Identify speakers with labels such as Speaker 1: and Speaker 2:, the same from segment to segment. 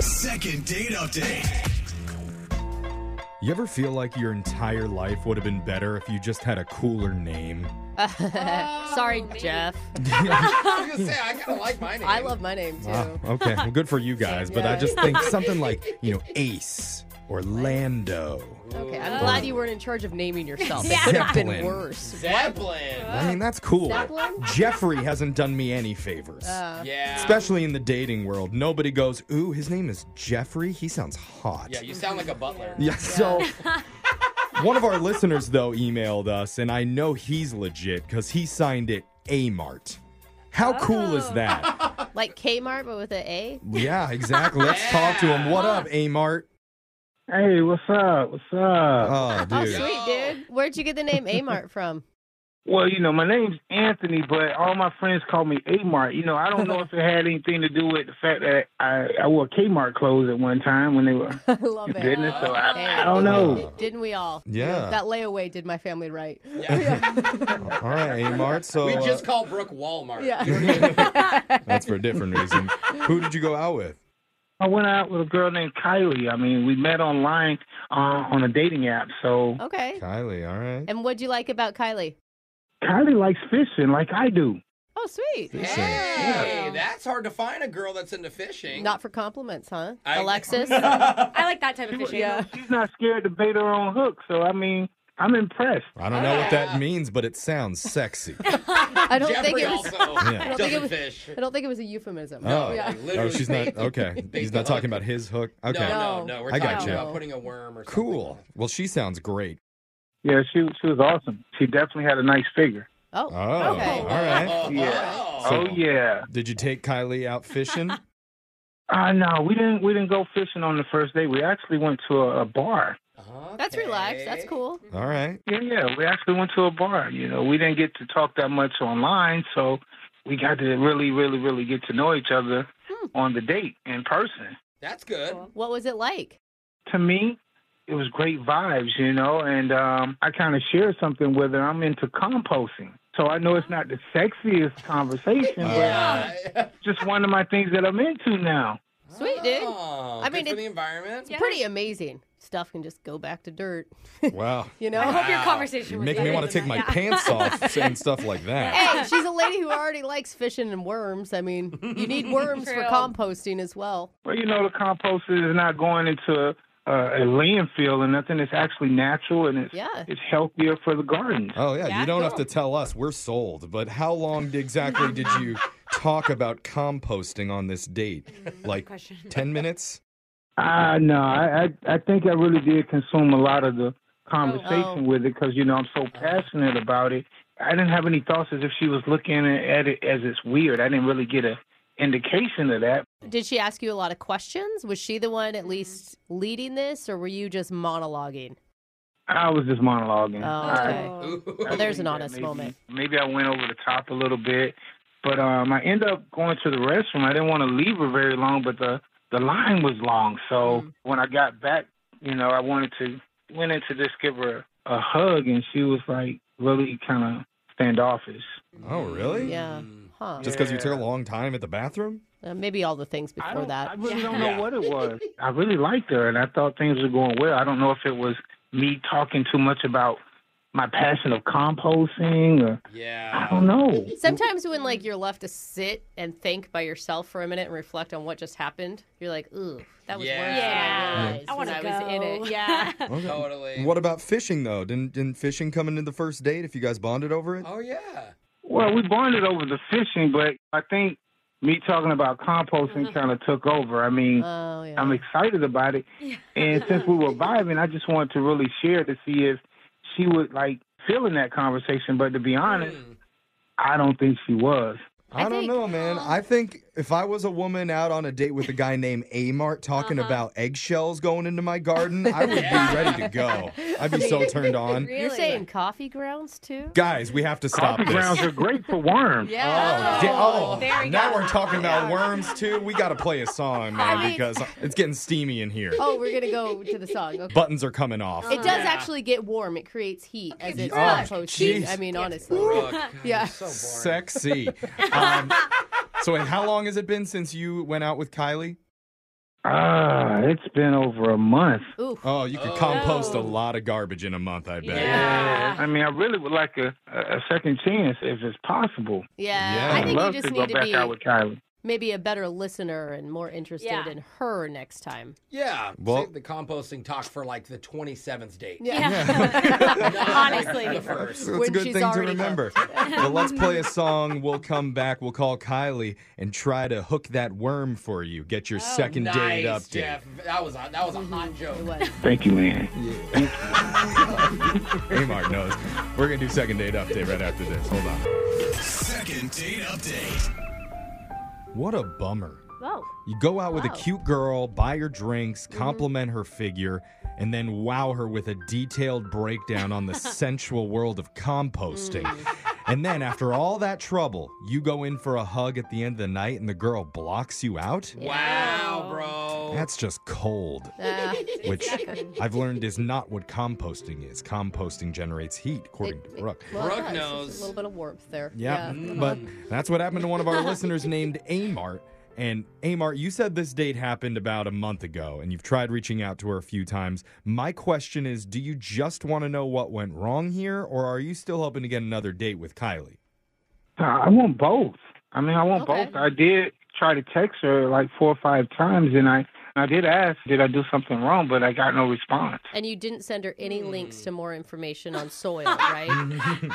Speaker 1: Second date update.
Speaker 2: You ever feel like your entire life would have been better if you just had a cooler name?
Speaker 3: Sorry, Jeff.
Speaker 4: I was gonna say I kind of like my name.
Speaker 5: I love my name too.
Speaker 2: Ah, okay, well, good for you guys, but I just think something like, you know, Ace or Lando.
Speaker 5: Okay, I'm glad you weren't in charge of naming yourself.
Speaker 3: Yeah.
Speaker 5: It could have been
Speaker 2: Zeppelin.
Speaker 5: worse.
Speaker 4: Zeppelin.
Speaker 2: I mean, that's cool.
Speaker 5: Zeppelin?
Speaker 2: Jeffrey hasn't done me any favors.
Speaker 5: Oh. Uh,
Speaker 4: Yeah.
Speaker 2: Especially in the dating world, nobody goes, "Ooh, his name is Jeffrey. He sounds hot."
Speaker 4: yeah, you sound like a butler.
Speaker 2: Yeah, so one of our listeners though emailed us, and I know he's legit because he signed it A Mart. How cool is that?
Speaker 5: Like Kmart, but with an A.
Speaker 2: yeah, exactly. Let's talk to him. What up, A Mart?
Speaker 6: Hey, what's up? What's up?
Speaker 2: Oh,
Speaker 5: Oh,
Speaker 2: dude.
Speaker 5: sweet, dude. Where'd you get the name Amart from?
Speaker 6: well, you know, my name's Anthony, but all my friends call me Amart. You know, I don't know if it had anything to do with the fact that I, I wore Kmart clothes at one time when they were
Speaker 5: I love
Speaker 6: in
Speaker 5: it.
Speaker 6: business, so I, I
Speaker 5: Hey.
Speaker 6: don't know.
Speaker 5: Didn't we all?
Speaker 2: Yeah.
Speaker 5: That layaway did my family right.
Speaker 2: All right, A Mart. So
Speaker 4: We
Speaker 2: uh,
Speaker 4: just call Brooke Walmart.
Speaker 2: that's for a different reason. Who did you go out with?
Speaker 6: I went out with a girl named Kylie. I mean, we met online uh, on a dating app, so
Speaker 5: Okay.
Speaker 2: Kylie. All right.
Speaker 5: And what'd you like about Kylie?
Speaker 6: Kylie likes fishing like I do.
Speaker 5: Oh, sweet.
Speaker 4: Hey, that's hard to find a girl that's into fishing.
Speaker 5: Not for compliments, huh?
Speaker 4: I-
Speaker 5: Alexis?
Speaker 3: I like that type of fishing.
Speaker 5: yeah.
Speaker 6: She's not scared to bait her own hook, so I mean, I'm impressed.
Speaker 2: I don't know what that means, but it sounds sexy.
Speaker 5: I don't
Speaker 4: Jeffrey
Speaker 5: think it was.
Speaker 4: also
Speaker 2: Yeah.
Speaker 4: doesn't
Speaker 5: it was-
Speaker 4: fish.
Speaker 5: I don't think it was a euphemism.
Speaker 2: Oh,
Speaker 5: yeah.
Speaker 4: Like,
Speaker 2: oh,
Speaker 4: literally
Speaker 2: she's
Speaker 4: bait-
Speaker 2: not okay.
Speaker 4: bait
Speaker 2: He's
Speaker 4: the
Speaker 2: not talking
Speaker 4: hook.
Speaker 2: about his hook. Okay,
Speaker 4: No, no,
Speaker 5: No.
Speaker 4: no. We're
Speaker 2: I
Speaker 4: talking
Speaker 2: gotcha.
Speaker 4: about putting a worm or something.
Speaker 2: cool. Well, she sounds great.
Speaker 6: Yeah, she she was awesome. She definitely had a nice figure.
Speaker 5: Oh,
Speaker 2: Oh, all
Speaker 5: okay.
Speaker 2: right.
Speaker 4: Oh,
Speaker 6: Yeah.
Speaker 4: oh.
Speaker 2: So-
Speaker 6: oh yeah.
Speaker 2: Did you take Kylie out fishing?
Speaker 6: Uh, no, we didn't. We didn't go fishing on the first day. We actually went to a, a bar.
Speaker 5: That's relaxed. That's
Speaker 4: Okay.
Speaker 5: cool.
Speaker 2: all right.
Speaker 6: Yeah, yeah. We actually went to a bar. You know, we didn't get to talk that much online, so we got to really, really, really get to know each other on the date in person.
Speaker 4: That's good.
Speaker 5: What was it like?
Speaker 6: To me, it was great vibes. You know, and um, I kind of shared something with her. I'm into composting, so I know it's not the sexiest conversation,
Speaker 5: Um,
Speaker 4: Yeah.
Speaker 6: but just one of my things that I'm into now.
Speaker 5: Sweet, dude.
Speaker 4: Oh,
Speaker 5: I
Speaker 4: good
Speaker 5: mean,
Speaker 4: for
Speaker 5: it-
Speaker 4: the environment.
Speaker 3: Yeah.
Speaker 5: Pretty amazing. Stuff can just go back to dirt.
Speaker 2: Wow.
Speaker 5: You
Speaker 3: I
Speaker 5: know?
Speaker 3: hope your conversation
Speaker 2: You're
Speaker 3: was
Speaker 2: making me
Speaker 3: better
Speaker 2: want to
Speaker 3: than
Speaker 2: take my
Speaker 3: that.
Speaker 2: pants off saying stuff like that.
Speaker 5: hey, she's a lady who already likes fishing and worms. I mean, you need worms for
Speaker 3: True.
Speaker 5: composting as well.
Speaker 6: Well, you know, the compost is not going into a, a landfill or nothing. It's actually natural and it's
Speaker 5: Yeah.
Speaker 6: it's healthier for the garden.
Speaker 2: Oh yeah, you
Speaker 3: Yeah,
Speaker 2: don't have to tell us. We're sold. But how long did- exactly did you talk about composting on this date? Like
Speaker 3: question.
Speaker 2: ten minutes?
Speaker 6: Uh, no, I, I I think I really did consume a lot of the
Speaker 5: Oh, oh.
Speaker 6: conversation with it because you know I'm so passionate about it. I didn't have any thoughts as if she was looking at it as it's weird. I didn't really get a indication of that.
Speaker 5: Did she ask you a lot of questions? Was she the one
Speaker 3: Mm-hmm.
Speaker 5: at least leading this, or were you just monologuing?
Speaker 6: I was just monologuing.
Speaker 5: Oh,
Speaker 3: Uh,
Speaker 6: I-
Speaker 3: mm.
Speaker 5: okay. Well, there's an
Speaker 6: think that
Speaker 5: honest
Speaker 6: maybe-
Speaker 5: moment.
Speaker 6: Maybe I went over the top a little bit, but um, I ended up going to the restroom. I didn't want to leave her very long, but the the line was long.
Speaker 5: Mm-hmm.
Speaker 6: So when I got back, you know, I wanted to went in to just give her a hug, and she was like really kind of standoffish.
Speaker 2: Oh really?
Speaker 5: Yeah. Huh.
Speaker 2: Just because you took a long time at the bathroom?
Speaker 5: Uh, maybe all the things
Speaker 6: I
Speaker 5: before
Speaker 6: don't,
Speaker 5: that.
Speaker 6: I really
Speaker 3: Yeah.
Speaker 6: don't know what it was. I really liked her, and I thought things were going well. I don't know if it was me talking too much about my passion of composting, or I
Speaker 4: Yeah.
Speaker 6: don't know.
Speaker 5: Sometimes when
Speaker 3: Mm.
Speaker 5: like you're left to sit and think by yourself for a minute and reflect on what just happened, you're like, ooh, that was
Speaker 4: Yeah.
Speaker 5: worse than
Speaker 3: Yeah.
Speaker 5: I realized
Speaker 3: I
Speaker 5: when
Speaker 3: want to
Speaker 5: I
Speaker 3: go.
Speaker 5: was in it. Yeah.
Speaker 2: Okay.
Speaker 4: Totally.
Speaker 2: What about fishing though? Didn't didn't fishing come into the first date if you guys bonded over it?
Speaker 4: Oh yeah.
Speaker 6: Well, we bonded over the fishing, but I think me talking about composting kind of took over. I mean,
Speaker 5: Mm-hmm. oh yeah.
Speaker 6: I'm excited about it, and since we were vibing, I just wanted to really share to see if she would like feel in that conversation. But to be honest,
Speaker 5: Mm.
Speaker 4: Hmm.
Speaker 6: I don't think she was.
Speaker 2: I, don't know, man. I think if I was a woman out on a date with a guy named Amart talking about eggshells going into my garden, I would be ready to go. I'd be so turned on.
Speaker 5: You're saying coffee grounds too?
Speaker 2: Guys, we have to stop
Speaker 6: Coffee
Speaker 2: this.
Speaker 6: grounds are great for worms.
Speaker 2: Oh, da- oh,
Speaker 3: there we
Speaker 2: now
Speaker 3: go.
Speaker 2: we're talking about worms too. We got to play a song, man,
Speaker 5: mean-
Speaker 2: because it's getting steamy in here.
Speaker 5: Oh, we're gonna go to the song. Okay.
Speaker 2: Buttons are coming off.
Speaker 5: It does actually get warm. It creates heat as it's
Speaker 2: Oh,
Speaker 5: composting.
Speaker 2: jeez.
Speaker 5: I mean, honestly.
Speaker 4: Brooke, God,
Speaker 5: Yeah.
Speaker 4: you're so boring.
Speaker 2: Sexy. Um, so, wait, how long has it been since you went out with Kylie?
Speaker 6: Ah, it's been over a month.
Speaker 5: Ooh.
Speaker 2: Oh, you could compost a lot of garbage in a month, I bet.
Speaker 6: Yeah. I mean, I really would like a, a second chance if it's possible.
Speaker 5: Yeah.
Speaker 2: Yeah.
Speaker 5: I
Speaker 6: I'd
Speaker 5: think you
Speaker 6: love
Speaker 5: just
Speaker 6: to go
Speaker 5: need to
Speaker 6: back
Speaker 5: be
Speaker 6: out with Kylie.
Speaker 5: maybe a better listener and more interested
Speaker 3: Yeah.
Speaker 5: in her next time.
Speaker 4: Yeah.
Speaker 2: Well-
Speaker 4: Save the composting talk for like the 27th date.
Speaker 3: Honestly.
Speaker 4: The first.
Speaker 2: That's
Speaker 5: When
Speaker 2: a good
Speaker 5: she's
Speaker 2: thing to
Speaker 5: already
Speaker 2: remember. but let's play a song. We'll come back. We'll call Kylie and try to hook that worm for you. Get your second date
Speaker 4: Nice,
Speaker 2: update.
Speaker 4: Jeff. That was a, that was a
Speaker 5: Mm-hmm.
Speaker 4: hot joke.
Speaker 5: What?
Speaker 6: Thank you, man.
Speaker 2: Amar knows. We're going to do second date update right after this. Hold on.
Speaker 1: Second date update.
Speaker 2: What a bummer.
Speaker 3: Whoa.
Speaker 2: You go out with a
Speaker 5: Wow. Mm-hmm.
Speaker 2: cute girl, buy her drinks, compliment her figure, and then wow her with a detailed breakdown on the sensual world of composting.
Speaker 5: Mm.
Speaker 2: And then, after all that trouble, you go in for a hug at the end of the night and the girl blocks you out?
Speaker 4: Wow, bro.
Speaker 2: That's just cold,
Speaker 5: Uh,
Speaker 2: which I've learned is not what composting is. Composting generates heat, according to Brooke.
Speaker 5: well,
Speaker 4: Brooke
Speaker 5: it does. There's
Speaker 4: knows.
Speaker 5: A little bit of warmth there.
Speaker 2: Yeah, but that's what happened to one of our listeners named Amart. And Amart, you said this date happened about a month ago, and you've tried reaching out to her a few times. My question is, do you just want to know what went wrong here, or are you still hoping to get another date with Kylie?
Speaker 6: Uh, I want both. I mean, I want
Speaker 5: Okay.
Speaker 6: both. I did try to text her like four or five times, and I I did ask, did I do something wrong? But I got no response.
Speaker 5: And you didn't send her any links to more information on soil, right?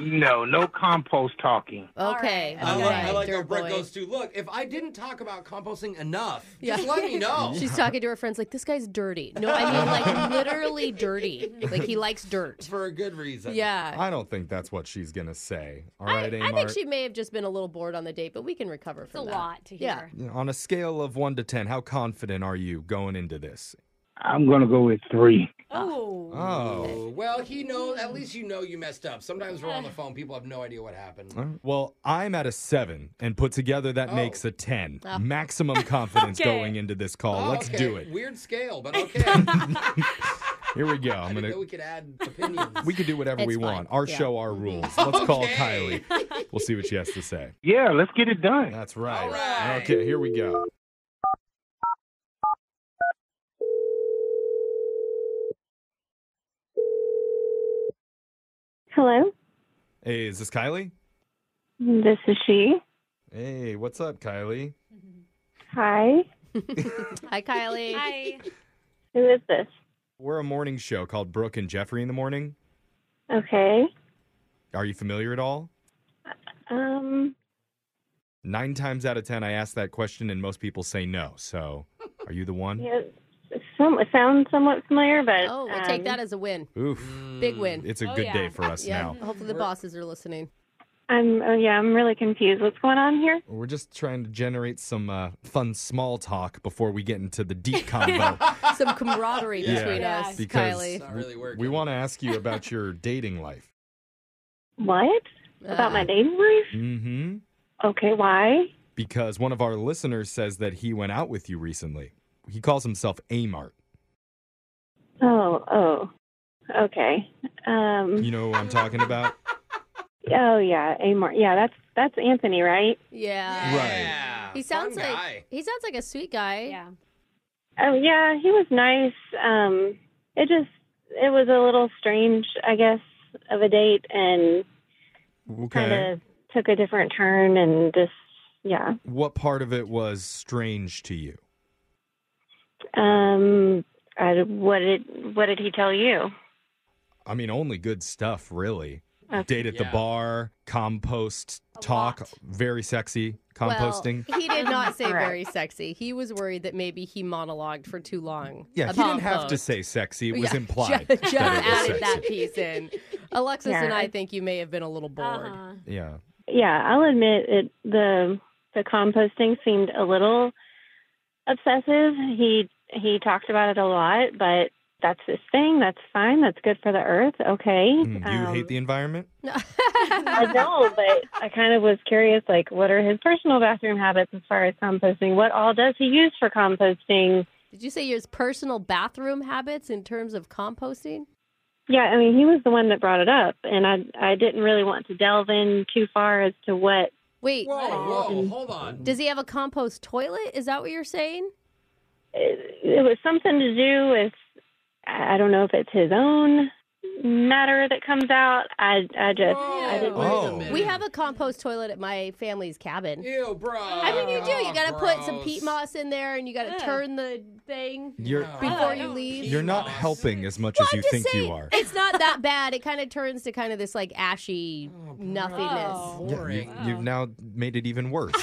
Speaker 6: No, no compost talking.
Speaker 5: okay.
Speaker 4: I like, I
Speaker 5: alright,
Speaker 4: like
Speaker 5: dear
Speaker 4: how Brett
Speaker 5: boy.
Speaker 4: goes to look. If I didn't talk about composting enough,
Speaker 5: Yeah.
Speaker 4: just let me know.
Speaker 5: She's talking to her friends like, this guy's dirty. No, I mean, like, literally dirty. Like, he likes dirt.
Speaker 4: For a good reason.
Speaker 5: Yeah.
Speaker 2: I don't think that's what she's gonna say. All
Speaker 5: I,
Speaker 2: right,
Speaker 5: I
Speaker 2: Amart.
Speaker 5: think she may have just been a little bored on the date, but we can recover
Speaker 3: It's a
Speaker 5: from that.
Speaker 3: lot to
Speaker 5: Yeah.
Speaker 3: hear.
Speaker 2: On a scale of one to ten, how confident are you going into this?
Speaker 6: I'm gonna go with three.
Speaker 3: Oh.
Speaker 2: Oh.
Speaker 4: Oh, Well, he knows. At least you know you messed up. Sometimes we're on the phone. People have no idea what happened.
Speaker 2: All right. Well, I'm at a seven, and put together that
Speaker 4: Oh.
Speaker 2: makes a ten. Maximum confidence
Speaker 3: Okay.
Speaker 2: going into this call.
Speaker 4: Oh,
Speaker 2: Let's
Speaker 4: okay.
Speaker 2: do it.
Speaker 4: Weird scale, but okay. I
Speaker 2: Here we go. I'm
Speaker 4: didn't
Speaker 2: gonna.
Speaker 4: know we could add opinions.
Speaker 2: We can do whatever
Speaker 5: It's
Speaker 2: we
Speaker 5: fine.
Speaker 2: want. Our
Speaker 5: Yeah.
Speaker 2: show, our rules. Let's call
Speaker 4: Okay.
Speaker 2: Kylie. We'll see what she has to say.
Speaker 6: Yeah, let's get it done.
Speaker 2: That's right.
Speaker 4: All right.
Speaker 2: Okay, here we go.
Speaker 7: Hello,
Speaker 2: Hey, is this Kylie?
Speaker 7: this is she.
Speaker 2: Hey, what's up, Kylie?
Speaker 7: Hi,
Speaker 5: Hi, Kylie.
Speaker 3: Hi. Uh-huh.
Speaker 7: who is this?
Speaker 2: We're a morning show called Brooke and Jeffrey in the Morning.
Speaker 7: Okay.
Speaker 2: Are you familiar at all?
Speaker 7: Um,
Speaker 2: Nine times out of ten, I ask that question, and most people say no. So, are you the one?
Speaker 7: yeah, some it sounds somewhat familiar, but
Speaker 5: Oh, we'll
Speaker 7: um,
Speaker 5: take that as a win.
Speaker 2: Oof.
Speaker 5: Big win.
Speaker 2: It's a
Speaker 3: Oh,
Speaker 2: good
Speaker 3: yeah.
Speaker 2: day for us
Speaker 5: Yeah.
Speaker 2: Mm, now.
Speaker 5: Hopefully the bosses are listening.
Speaker 7: I'm oh yeah, I'm really confused. What's going on here?
Speaker 2: We're just trying to generate some uh, fun small talk before we get into the deep combo.
Speaker 5: Some camaraderie
Speaker 2: Yeah.
Speaker 5: between
Speaker 3: Yeah.
Speaker 5: us,
Speaker 2: Because-
Speaker 5: Kylie.
Speaker 4: Not really working.
Speaker 2: we want to ask you about your dating life.
Speaker 7: What about
Speaker 5: Uh,
Speaker 7: my dating life?
Speaker 2: Mm-hmm.
Speaker 7: Okay, why?
Speaker 2: Because one of our listeners says that he went out with you recently. He calls himself Amart.
Speaker 7: Oh, oh, okay. Um,
Speaker 2: You know who I'm talking about?
Speaker 7: oh yeah, Amor. Yeah, that's that's Anthony, right?
Speaker 5: Yeah.
Speaker 4: Yeah.
Speaker 5: Uh, He sounds
Speaker 4: Fun
Speaker 5: like
Speaker 4: guy.
Speaker 5: he sounds like a sweet guy.
Speaker 3: Yeah.
Speaker 7: Oh yeah, he was nice. Um, it just it was a little strange, I guess, of a date, and kind of took a different turn, and just yeah.
Speaker 2: What part of it was strange to you?
Speaker 7: Um, I, what did what did he tell you?
Speaker 2: I mean, only good stuff, really.
Speaker 7: Okay.
Speaker 2: Date at the
Speaker 4: Yeah.
Speaker 2: bar, compost
Speaker 3: A
Speaker 2: talk,
Speaker 3: lot.
Speaker 2: very sexy composting.
Speaker 5: Well, he did not say
Speaker 7: Correct.
Speaker 5: very sexy. He was worried that maybe he monologued for too long.
Speaker 2: yeah, he
Speaker 5: about
Speaker 2: didn't have to
Speaker 5: both.
Speaker 2: say sexy. It was
Speaker 5: Yeah,
Speaker 2: implied.
Speaker 5: Jeff, Jeff
Speaker 2: that it was
Speaker 5: added
Speaker 2: sexy.
Speaker 5: that piece in. Alexis
Speaker 7: Yeah.
Speaker 5: and I think you may have been a little bored.
Speaker 3: Uh-huh.
Speaker 2: Yeah.
Speaker 7: Yeah, I'll admit it. The the composting seemed a little obsessive. He he talked about it a lot, but that's his thing. That's fine. That's good for the earth. Okay. Um,
Speaker 2: Mm, you hate the environment?
Speaker 7: I know, but I kind of was curious. Like, what are his personal bathroom habits as far as composting? What all does he use for composting?
Speaker 5: Did you say his personal bathroom habits in terms of composting?
Speaker 7: Yeah, I mean, he was the one that brought it up, and I I didn't really want to delve in too far as to what
Speaker 5: Wait,
Speaker 4: Whoa, whoa, hold on.
Speaker 5: does he have a compost toilet? Is that what you're saying?
Speaker 7: it, it was something to do with I I don't know if it's his own matter that comes out. I I just I didn't.
Speaker 5: We have a compost toilet at my family's cabin.
Speaker 4: Ew, bro.
Speaker 5: I mean, you do. You got to put some peat
Speaker 4: Gross.
Speaker 5: moss in there, and you got to turn the thing
Speaker 2: You're-
Speaker 4: Oh,
Speaker 5: before you leave.
Speaker 2: You're not helping as much
Speaker 5: Well,
Speaker 2: as
Speaker 5: I'm
Speaker 2: you
Speaker 5: just
Speaker 2: think
Speaker 5: saying,
Speaker 2: you are.
Speaker 5: It's not that bad. It kind of turns to kind of this like ashy
Speaker 4: Oh,
Speaker 5: nothingness.
Speaker 2: Yeah, you've, you've now made it even worse.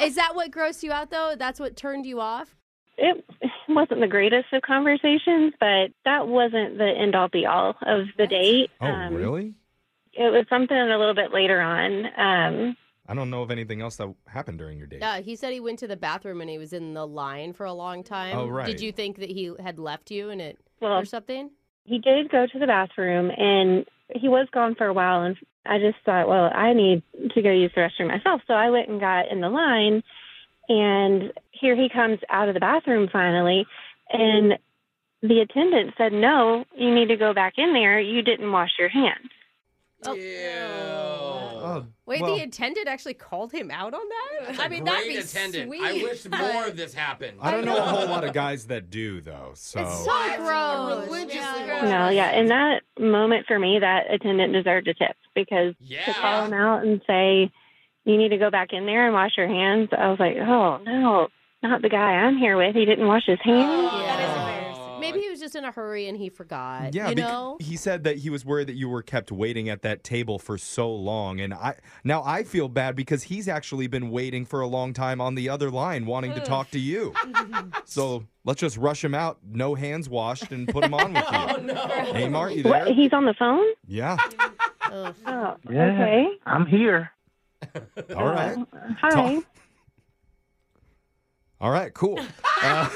Speaker 5: Is that what grossed you out though? That's what turned you off?
Speaker 7: It wasn't the greatest of conversations, but that wasn't the end all be all of the date. Um,
Speaker 2: Oh,
Speaker 5: Um,
Speaker 2: really?
Speaker 7: It was something a little bit later on. Um,
Speaker 2: I don't know of anything else that happened during your date.
Speaker 5: Uh, he said he went to the bathroom and he was in the line for a long time.
Speaker 2: Oh, right.
Speaker 5: Did you think that he had left you and it
Speaker 7: Well-
Speaker 5: or something?
Speaker 7: he did go to the bathroom and he was gone for a while and i just thought well i need to go use the restroom myself so i went and got in the line and here he comes out of the bathroom finally and the attendant said no you need to go back in there you didn't wash your hands
Speaker 2: Oh,
Speaker 5: Wait,
Speaker 2: well,
Speaker 5: the attendant actually called him out on that? I mean,
Speaker 4: Great
Speaker 5: that'd be
Speaker 4: attendant.
Speaker 5: sweet.
Speaker 4: I wish
Speaker 5: but-
Speaker 4: more of this happened.
Speaker 2: I don't know a whole lot of guys that do though. So,
Speaker 5: It's so gross.
Speaker 4: religiously
Speaker 5: Yeah.
Speaker 7: no yeah in that moment for me that attendant deserved a tip because to call
Speaker 4: Yeah.
Speaker 7: him out and say you need to go back in there and wash your hands i was like oh no not the guy i'm here with he didn't wash his hands
Speaker 5: That is
Speaker 4: Oh.
Speaker 5: embarrassing. Maybe he was just in a hurry and he forgot.
Speaker 2: yeah,
Speaker 5: you
Speaker 2: bec-
Speaker 5: know.
Speaker 2: he said that he was worried that you were kept waiting at that table for so long, and I now I feel bad because he's actually been waiting for a long time on the other line, wanting to talk to you. so let's just rush him out, no hands washed, and put him on with you.
Speaker 4: Oh, no.
Speaker 2: Hey, Mart, you
Speaker 7: What,
Speaker 2: there?
Speaker 7: he's on the phone?
Speaker 2: Yeah.
Speaker 5: Ugh.
Speaker 7: Oh,
Speaker 6: Yeah,
Speaker 7: okay.
Speaker 6: I'm here.
Speaker 2: All right.
Speaker 7: Hi.
Speaker 2: All right. Cool. Uh,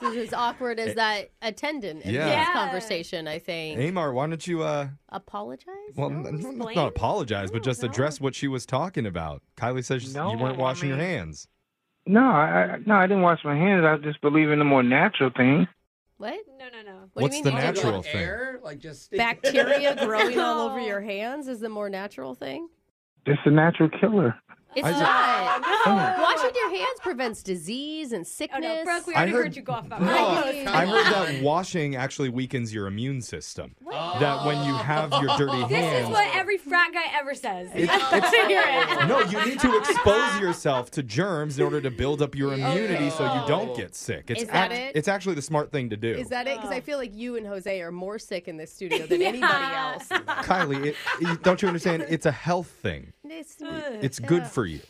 Speaker 5: This is as awkward as that attendant in
Speaker 2: Eh. Yeah.
Speaker 5: this
Speaker 3: Yeah.
Speaker 5: conversation. I think
Speaker 2: Amar, why don't you? Uh,
Speaker 5: apologize.
Speaker 2: well,
Speaker 5: No?
Speaker 2: n- n-
Speaker 3: explain.
Speaker 2: not apologize, but just
Speaker 5: no.
Speaker 2: address what she was talking about. Kylie says
Speaker 6: No,
Speaker 2: you weren't
Speaker 6: I
Speaker 2: washing your
Speaker 6: mean-
Speaker 2: hands.
Speaker 6: No, I I- no, I didn't wash my hands. I just believe in the more natural thing.
Speaker 5: what?
Speaker 3: No, no, no.
Speaker 5: What
Speaker 2: What's
Speaker 5: do you mean?
Speaker 2: the
Speaker 5: you
Speaker 4: Did
Speaker 5: didn't
Speaker 4: you go
Speaker 2: natural
Speaker 4: on
Speaker 2: thing?
Speaker 4: air? Like just
Speaker 5: want Bacteria growing all
Speaker 3: No.
Speaker 5: over your hands is the more natural thing.
Speaker 6: It's a natural killer.
Speaker 5: It's
Speaker 2: I-
Speaker 5: not.
Speaker 3: No.
Speaker 5: Washing your hands prevents disease and
Speaker 3: Oh,
Speaker 5: sickness.
Speaker 3: no, Brooke, we
Speaker 2: I
Speaker 3: already heard,
Speaker 2: heard-
Speaker 3: you go off about
Speaker 4: No.
Speaker 3: that.
Speaker 5: I mean-
Speaker 2: I heard that
Speaker 4: on.
Speaker 2: washing actually weakens your immune system. That when you have
Speaker 5: Oh.
Speaker 2: your dirty
Speaker 3: This
Speaker 2: hands,
Speaker 3: is what every frat guy ever says.
Speaker 2: no, you need to expose yourself to germs in order to build up your immunity so you don't
Speaker 4: Oh.
Speaker 2: get sick. It's
Speaker 5: Is that
Speaker 2: act-
Speaker 5: it?
Speaker 2: it's actually the smart thing to do.
Speaker 5: Is that it? Because I feel like you and Jose are more sick in this studio than anybody
Speaker 3: Yeah.
Speaker 5: else.
Speaker 2: Kylie, it, it- don't you understand? It's a health thing.
Speaker 5: It's-
Speaker 2: It's good for you.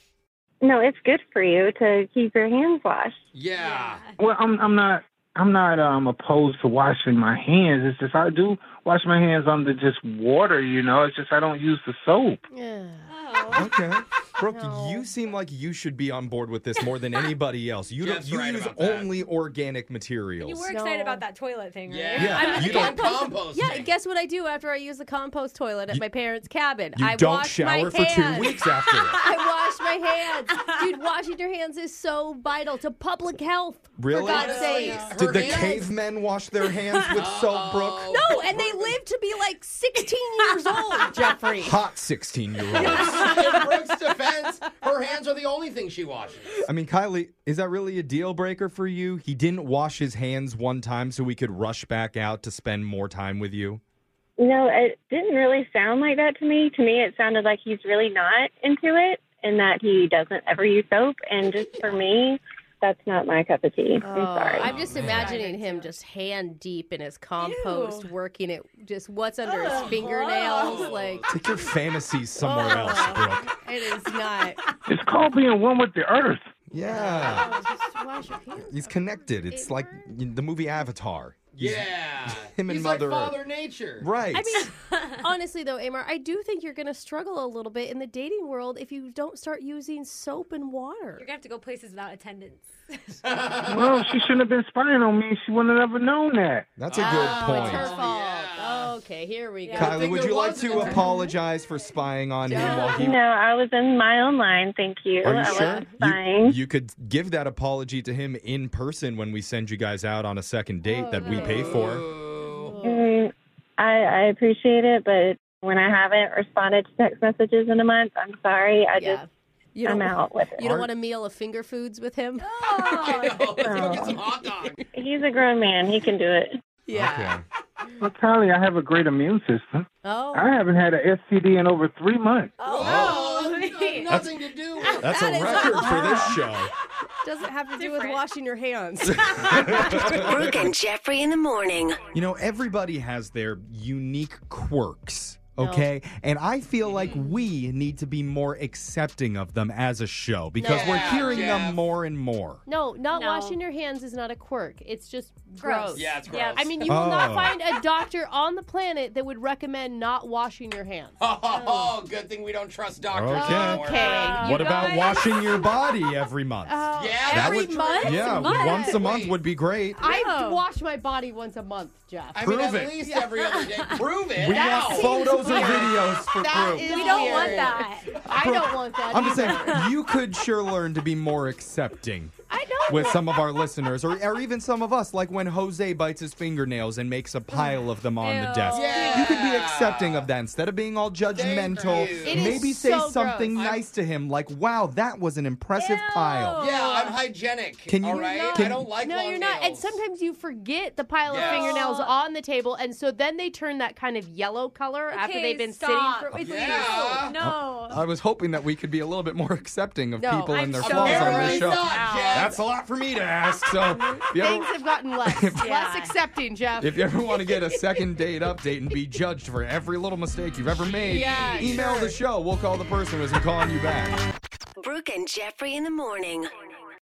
Speaker 7: No, it's good for you to keep your hands washed.
Speaker 4: Yeah.
Speaker 6: Well, I'm I'm not I'm not um opposed to washing my hands. It's just I do wash my hands under just water, you know. It's just I don't use the soap.
Speaker 5: Yeah.
Speaker 3: Oh.
Speaker 2: Okay. Brooke, you seem like you should be on board with this more than anybody else. You don't
Speaker 4: Jeff's
Speaker 2: you
Speaker 4: right
Speaker 2: use
Speaker 4: about that.
Speaker 2: only organic materials.
Speaker 3: You were excited
Speaker 5: No.
Speaker 3: about that toilet thing, right?
Speaker 4: Yeah.
Speaker 2: Yeah,
Speaker 4: I'm
Speaker 2: you
Speaker 4: not
Speaker 2: don't-
Speaker 4: composting.
Speaker 5: Yeah, and guess what I do after I use the compost toilet at
Speaker 2: You-
Speaker 5: my parents' cabin?
Speaker 2: you
Speaker 5: I
Speaker 2: don't
Speaker 5: wash my
Speaker 2: shower for
Speaker 5: hands.
Speaker 2: two weeks after it.
Speaker 5: I wash my hands. Dude, washing your hands is so vital to public health.
Speaker 2: Really?
Speaker 5: For God's
Speaker 4: Honestly,
Speaker 5: sake.
Speaker 2: Did the
Speaker 4: Her hands-
Speaker 2: cavemen wash their hands with soap,
Speaker 4: Oh.
Speaker 2: Brooke?
Speaker 5: No, and they live to be like 16 years old, Jeffrey.
Speaker 2: Hot 16 year olds.
Speaker 4: In Brooke's defense, her hands are the only thing she washes.
Speaker 2: I mean, Kylie, is that really a deal breaker for you? He didn't wash his hands one time so we could rush back out to spend more time with you.
Speaker 7: No, it didn't really sound like that to me. To me, it sounded like he's really not into it and that he doesn't ever use soap. And just for me, that's not my cup of tea. I'm
Speaker 5: Oh.
Speaker 7: sorry.
Speaker 5: I'm just imagining him just hand deep in his compost, working it just what's under his fingernails. Like,
Speaker 2: Take your fantasies somewhere else, Brooke.
Speaker 5: it is not.
Speaker 6: It's called being one with the earth.
Speaker 2: Yeah.
Speaker 5: Just wash your hands.
Speaker 2: He's connected. It's like the movie Avatar.
Speaker 4: Yeah.
Speaker 2: Him and
Speaker 4: He's
Speaker 2: Mother Earth.
Speaker 4: like Father Nature.
Speaker 2: Right.
Speaker 5: I mean, honestly, though, Amar, I do think you're going to struggle a little bit in the dating world if you don't start using soap and water.
Speaker 3: You're gonna have to go places without attendance.
Speaker 6: Well, she shouldn't have been spying on me. She wouldn't have ever known that.
Speaker 2: That's a good
Speaker 5: It's her
Speaker 2: point.
Speaker 5: fault.
Speaker 4: yeah.
Speaker 5: Oh, Okay, here we go.
Speaker 3: Yeah.
Speaker 2: Kylie, would
Speaker 4: there
Speaker 2: you like
Speaker 4: was an
Speaker 2: to
Speaker 4: attorney.
Speaker 2: apologize for spying on him while he
Speaker 7: no, I was in my own line. Thank you.
Speaker 2: Are
Speaker 7: I
Speaker 2: you sure?
Speaker 7: was fine.
Speaker 2: You, you could give that apology to him in person when we send you guys out on a second date that we pay
Speaker 4: Oh,
Speaker 2: for.
Speaker 4: Ooh.
Speaker 7: Mm, I, I appreciate it, but when I haven't responded to text messages in a month, I'm sorry. I
Speaker 5: Yeah.
Speaker 7: just
Speaker 5: You
Speaker 7: I'm
Speaker 5: don't,
Speaker 7: out with it.
Speaker 5: You don't
Speaker 2: Art-
Speaker 5: want a meal of finger foods with him?
Speaker 4: I know. Let's go get some hot dogs.
Speaker 7: He's a grown man. He can do it.
Speaker 5: Yeah.
Speaker 2: Okay.
Speaker 6: Well, Tally, I have a great immune system.
Speaker 5: Oh.
Speaker 6: I haven't had an STD in over three months.
Speaker 4: Oh,
Speaker 3: wait.
Speaker 4: nothing to do with
Speaker 2: That's
Speaker 5: That
Speaker 2: a
Speaker 5: is
Speaker 2: record for this show.
Speaker 5: Doesn't have to do with
Speaker 3: Different.
Speaker 5: washing your hands.
Speaker 8: Brooke and Jeffrey in the morning.
Speaker 2: You know, everybody has their unique quirks, okay? And I feel like we need to be more accepting of them as a show because we're
Speaker 4: Yeah,
Speaker 2: hearing
Speaker 4: Jeff.
Speaker 2: them more and more.
Speaker 5: No, not
Speaker 3: No.
Speaker 5: washing your hands is not a quirk. It's just gross.
Speaker 3: Gross.
Speaker 4: Yeah, it's gross.
Speaker 3: Yeah,
Speaker 5: I mean, you will
Speaker 2: Oh.
Speaker 5: not find a doctor on the planet that would recommend not washing your hands.
Speaker 4: Oh, good thing we don't trust doctors
Speaker 2: Okay.
Speaker 4: anymore.
Speaker 5: Okay.
Speaker 2: what about
Speaker 3: guys-
Speaker 2: washing your body every month?
Speaker 5: Oh,
Speaker 4: Yeah,
Speaker 2: That
Speaker 4: every
Speaker 2: would-
Speaker 4: month?
Speaker 2: yeah,
Speaker 3: Month.
Speaker 2: once a month
Speaker 4: Wait.
Speaker 2: would be great.
Speaker 5: I
Speaker 3: No.
Speaker 5: wash my body once a month, Jeff.
Speaker 4: I mean,
Speaker 2: Prove
Speaker 4: at
Speaker 2: it.
Speaker 4: least every other day. Prove it.
Speaker 2: We
Speaker 4: Now.
Speaker 2: want photos or
Speaker 5: weird.
Speaker 2: videos for
Speaker 5: That
Speaker 2: proof.
Speaker 5: is
Speaker 3: we don't want
Speaker 5: weird.
Speaker 3: that.
Speaker 5: I don't want that.
Speaker 2: I'm just saying,
Speaker 5: either.
Speaker 2: you could sure learn to be more accepting
Speaker 5: I know.
Speaker 2: with some of our listeners, or, or even some of us, like when Jose bites his fingernails and makes a pile of them on the
Speaker 3: Ew.
Speaker 2: desk.
Speaker 4: Yeah.
Speaker 2: You could be accepting of that instead of being all judgmental.
Speaker 4: you.
Speaker 5: It is
Speaker 2: Maybe say
Speaker 5: so
Speaker 2: something
Speaker 5: gross.
Speaker 2: nice to him, like, wow, that was an impressive
Speaker 3: Ew.
Speaker 2: pile.
Speaker 4: Yeah, I'm hygienic.
Speaker 2: Can you-
Speaker 4: all right?
Speaker 2: You're not.
Speaker 4: I don't like
Speaker 5: no,
Speaker 4: long
Speaker 5: you're not. And
Speaker 4: nails.
Speaker 5: sometimes you forget the pile
Speaker 4: Yes.
Speaker 5: of fingernails
Speaker 3: Oh.
Speaker 5: on the table, and so then they turn that kind of yellow color after
Speaker 3: Okay,
Speaker 5: they've been
Speaker 3: stop.
Speaker 5: sitting for.
Speaker 3: It's
Speaker 4: Yeah.
Speaker 3: you. No.
Speaker 2: I was hoping that we could be a little bit more accepting of
Speaker 5: No,
Speaker 2: people
Speaker 5: I'm
Speaker 2: and their
Speaker 5: so
Speaker 2: flaws on the
Speaker 4: Apparently
Speaker 2: show.
Speaker 5: sorry.
Speaker 4: not, Jeff.
Speaker 2: That's a lot for me to ask. So, if you ever,
Speaker 5: Things have gotten less, less accepting, Jeff.
Speaker 2: if you ever want to get a second date update and be judged for every little mistake you've ever made,
Speaker 5: Yeah,
Speaker 2: email the show. We'll call the person who isn't calling you back.
Speaker 8: Brooke and Jeffrey in the morning.